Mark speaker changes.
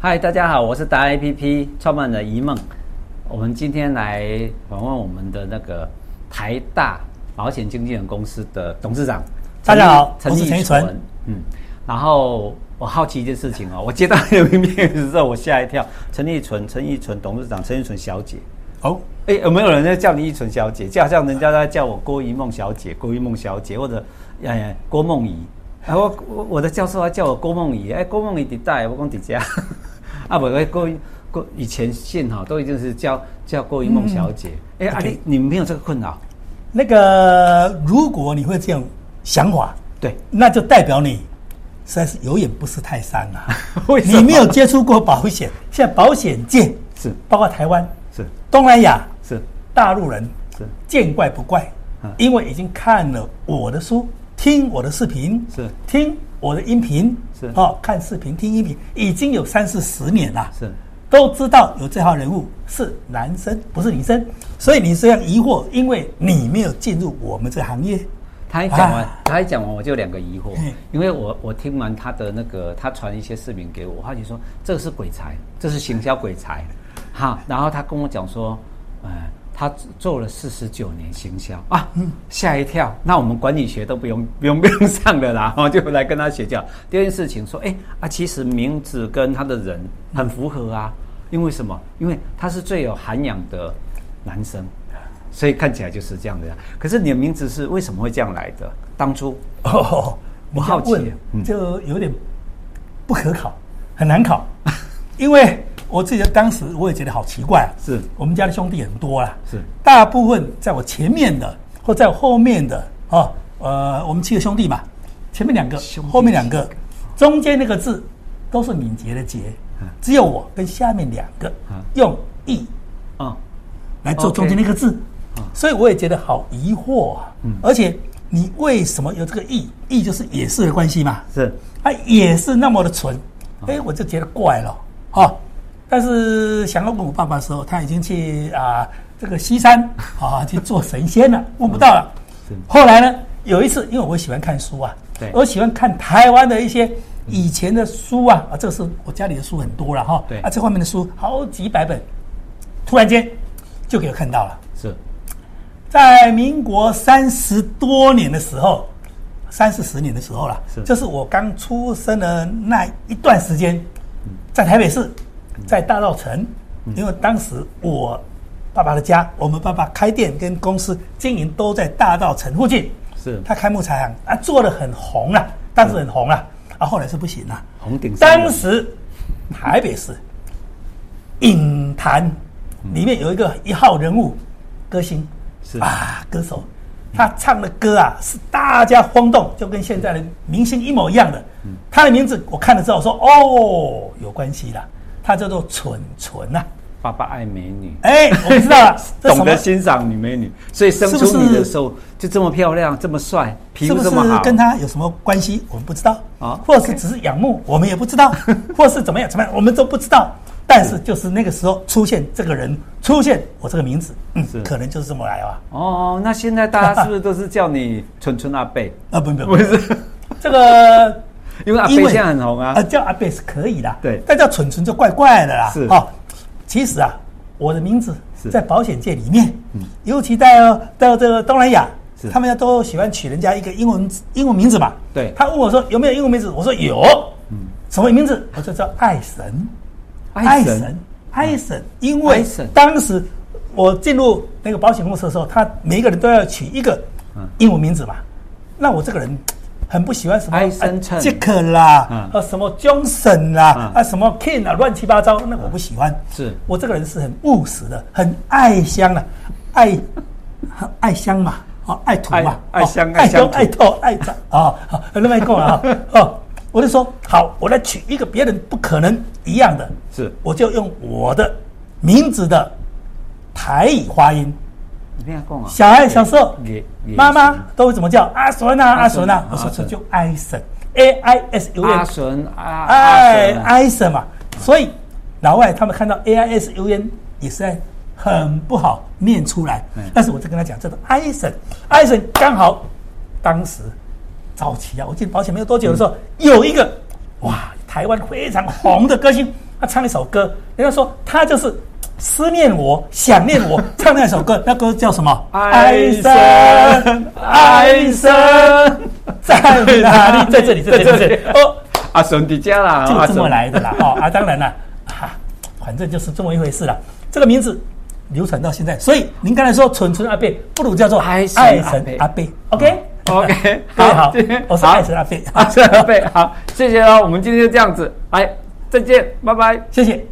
Speaker 1: 嗨，大家好，我是达 APP 创办人一梦。我们今天来访问我们的那个台大保险经纪人公司的董事长。
Speaker 2: 大家好
Speaker 1: 陈
Speaker 2: 我是陈
Speaker 1: 立
Speaker 2: 立纯
Speaker 1: 纯。嗯，然后我好奇一件事情哦，我接到你的名片的时候，我吓一跳。陈立纯，陈立纯董事长，陈立纯小姐。
Speaker 2: 哦，
Speaker 1: 哎，有没有人在叫你一纯小姐？就好像人家在叫我郭一梦小姐、郭一梦小姐，或者哎郭梦怡。啊，我我我的教授还叫我郭梦怡，哎，郭梦怡你带，我讲你家。 啊，不，哎郭郭以前幸好都已经是叫叫郭一梦小姐。哎、啊
Speaker 2: OK
Speaker 1: 你你们没有这个困扰？
Speaker 2: 那个如果你会这样想法，
Speaker 1: 对，
Speaker 2: 那就代表你实在是有眼不识泰山啊
Speaker 1: 为！什么
Speaker 2: 你没有接触过保险，现在保险界
Speaker 1: 是
Speaker 2: 包括台湾、
Speaker 1: 是
Speaker 2: 东南亚、
Speaker 1: 是
Speaker 2: 大陆人
Speaker 1: 是
Speaker 2: 见怪不怪
Speaker 1: 嗯，
Speaker 2: 因为已经看了我的书，听我的视频，
Speaker 1: 是
Speaker 2: 听我的音频，
Speaker 1: 是
Speaker 2: 哦，看视频听音频，已经有三四十年了，
Speaker 1: 是
Speaker 2: 都知道有这号人物是男生，不是女生，所以你这样疑惑，因为你没有进入我们这行业。
Speaker 1: 他一讲完
Speaker 2: 啊，
Speaker 1: 他一讲完，我就有两个疑惑
Speaker 2: 嗯，
Speaker 1: 因为我我听完他的那个，他传一些视频给我，我好奇说这是鬼才，这是行销鬼才，哈，然后他跟我讲说，呃，他做了四十九年行销啊，吓一跳，那我们管理学都不用不用不用上了啦， 哦我就来跟他学教。第二件事情说，哎啊，其实名字跟他的人很符合啊，因为什么？因为他是最有涵养的男生。所以看起来就是这样的呀。可是你的名字是为什么会这样来的？当初
Speaker 2: 哦，
Speaker 1: 我好奇
Speaker 2: 你这样
Speaker 1: 嗯
Speaker 2: 问就有点不可考，很难考，因为我自己当时我也觉得好奇怪啊。
Speaker 1: 是
Speaker 2: 我们家的兄弟很多啦，
Speaker 1: 是
Speaker 2: 大部分在我前面的或在我后面的哦，呃，我们七个兄弟嘛，前面两个
Speaker 1: 兄，弟
Speaker 2: 后面两个，中间那个字都是敏捷的捷
Speaker 1: 嗯，
Speaker 2: 只有我跟下面两个
Speaker 1: 嗯
Speaker 2: 用意
Speaker 1: 啊、
Speaker 2: 来做
Speaker 1: OK
Speaker 2: 中间那个字
Speaker 1: 嗯，
Speaker 2: 所以我也觉得好疑惑啊
Speaker 1: 嗯。
Speaker 2: 而且你为什么有这个意？意就是也是的关系嘛，
Speaker 1: 是
Speaker 2: 它也是那么的纯，
Speaker 1: 啊
Speaker 2: 哎，我就觉得怪了啊。但是想要问我爸爸的时候，他已经去啊这个西山啊去做神仙
Speaker 1: 嗯
Speaker 2: 了，问不到了
Speaker 1: 是。
Speaker 2: 后来呢，有一次，因为我喜欢看书啊
Speaker 1: 嗯对，
Speaker 2: 我喜欢看台湾的一些以前的书啊，啊，这个是我家里的书很多了哈，
Speaker 1: 对
Speaker 2: 啊，这方面的书好几百本，突然间就给我看到了。
Speaker 1: 是
Speaker 2: 在民国三十多年的时候，三四十年的时候啦，
Speaker 1: 是
Speaker 2: 就是我刚出生的那一段时间，在台北市，
Speaker 1: 嗯
Speaker 2: 在大稻城，因为当时我爸爸的家，我们爸爸开店跟公司经营都在大稻城附近，
Speaker 1: 是
Speaker 2: 他开木材行啊，做的很红啊，当时很红啊，啊后来是不行了、
Speaker 1: 红顶山人
Speaker 2: 当时台北市影坛里面有一个一号人物，歌星
Speaker 1: 嗯是
Speaker 2: 啊，歌手，他唱的歌啊是大家轰动，就跟现在的明星一模一样的。
Speaker 1: 嗯
Speaker 2: 他的名字我看了之后说哦，有关系啦，他叫做蠢蠢呐、啊。
Speaker 1: 爸爸爱美女，，
Speaker 2: 哎，我们知道了 这什
Speaker 1: 懂
Speaker 2: 么
Speaker 1: 得欣赏女美女，所以生
Speaker 2: 是不
Speaker 1: 出
Speaker 2: 是
Speaker 1: 你的时候就这么漂亮，这么帅，皮
Speaker 2: 是
Speaker 1: 肤
Speaker 2: 不是
Speaker 1: 这么好，
Speaker 2: 跟他有什么关系？我们不知道
Speaker 1: 啊
Speaker 2: 啊，或是只是仰慕，我们也不 知道，或是怎么样怎么样，我们都不知道。但是就是那个时候出现这个人，出现我这个名字，嗯
Speaker 1: 是，
Speaker 2: 可能就是这么来啊吧。
Speaker 1: 哦，那现在大家是不是都是叫你纯纯阿 贝？
Speaker 2: 啊，不不
Speaker 1: 不
Speaker 2: 不，
Speaker 1: 是，
Speaker 2: 这个
Speaker 1: 因为阿贝
Speaker 2: 因为
Speaker 1: 现在很红啊
Speaker 2: 啊，，叫阿贝是可以的，
Speaker 1: 对
Speaker 2: 但叫蠢蠢就怪怪的啦。
Speaker 1: 是
Speaker 2: 哦，其实啊，我的名字
Speaker 1: 是嗯
Speaker 2: 在保险界里面，尤其到到这个东南亚
Speaker 1: 是，
Speaker 2: 他们家都喜欢取人家一个英文英文名字嘛。
Speaker 1: 对嗯
Speaker 2: 他问我说有没有英文名字，我说有。什么名字？我就叫爱神。
Speaker 1: 爱神，嗯
Speaker 2: 爱神，因
Speaker 1: 爱
Speaker 2: 为
Speaker 1: 神
Speaker 2: 当时我进入那个保险公司的时候，他每一个人都要取一个
Speaker 1: 嗯
Speaker 2: 英文名字嘛。那我这个人很不喜欢什么
Speaker 1: 埃森趁
Speaker 2: 杰克啦，
Speaker 1: 嗯
Speaker 2: 啊什么 Johnson 啦，
Speaker 1: 嗯
Speaker 2: 啊什么 King 啊，乱七八糟，那我不喜欢。
Speaker 1: 是
Speaker 2: 我这个人是很务实的，很爱乡啊，爱爱乡嘛，哦爱土嘛，
Speaker 1: 爱爱乡
Speaker 2: 哦
Speaker 1: 爱
Speaker 2: 爱
Speaker 1: 乡
Speaker 2: 乡
Speaker 1: 土
Speaker 2: 爱透爱长啊，好那么够了啊，哦，我就说好，我来取一个别人不可能一样的，
Speaker 1: 是
Speaker 2: 我就用我的名字的台语发音。
Speaker 1: 你这样讲啊，
Speaker 2: 小孩小时候
Speaker 1: 也也，
Speaker 2: 妈妈
Speaker 1: 是
Speaker 2: 都会怎么叫阿神啊
Speaker 1: 阿
Speaker 2: 阿
Speaker 1: 神
Speaker 2: 神
Speaker 1: 啊
Speaker 2: 啊，我说
Speaker 1: 阿神
Speaker 2: 这就哀神 A I S 有
Speaker 1: 阿
Speaker 2: 点
Speaker 1: 纯阿啊
Speaker 2: 哎
Speaker 1: 阿
Speaker 2: 哀神嘛，所以老外他们看到 A I S U N 也是在很不好念出来
Speaker 1: 嗯，
Speaker 2: 但是我就跟他讲，这个哀神哀神刚好当时早期啊，我进保险没有多久的时候，有一个哇台湾非常红的歌星他唱一首歌，人家说他就是思念我、想念我，唱那首歌，那歌叫什么？
Speaker 1: 爱神
Speaker 2: 爱神在哪里？在这里，在这里，在这里。哦，
Speaker 1: 阿神迪家啦，阿
Speaker 2: 就这
Speaker 1: 神
Speaker 2: 么来的啦。哦啊，当然啦，啊，反正就是这么一回事啦。这个名字流传到现在，所以您刚才说“蠢蠢阿贝”，不如叫做“
Speaker 1: 爱
Speaker 2: 爱
Speaker 1: 神
Speaker 2: 神
Speaker 1: 阿
Speaker 2: 阿贝”。OK。哦
Speaker 1: OK，
Speaker 2: 各位 好
Speaker 1: 今天，
Speaker 2: 我是
Speaker 1: 好
Speaker 2: 爱神阿贝，
Speaker 1: 哦阿神阿贝，好，谢谢喽，我们今天就这样子，哎，再见，拜拜。
Speaker 2: 谢谢。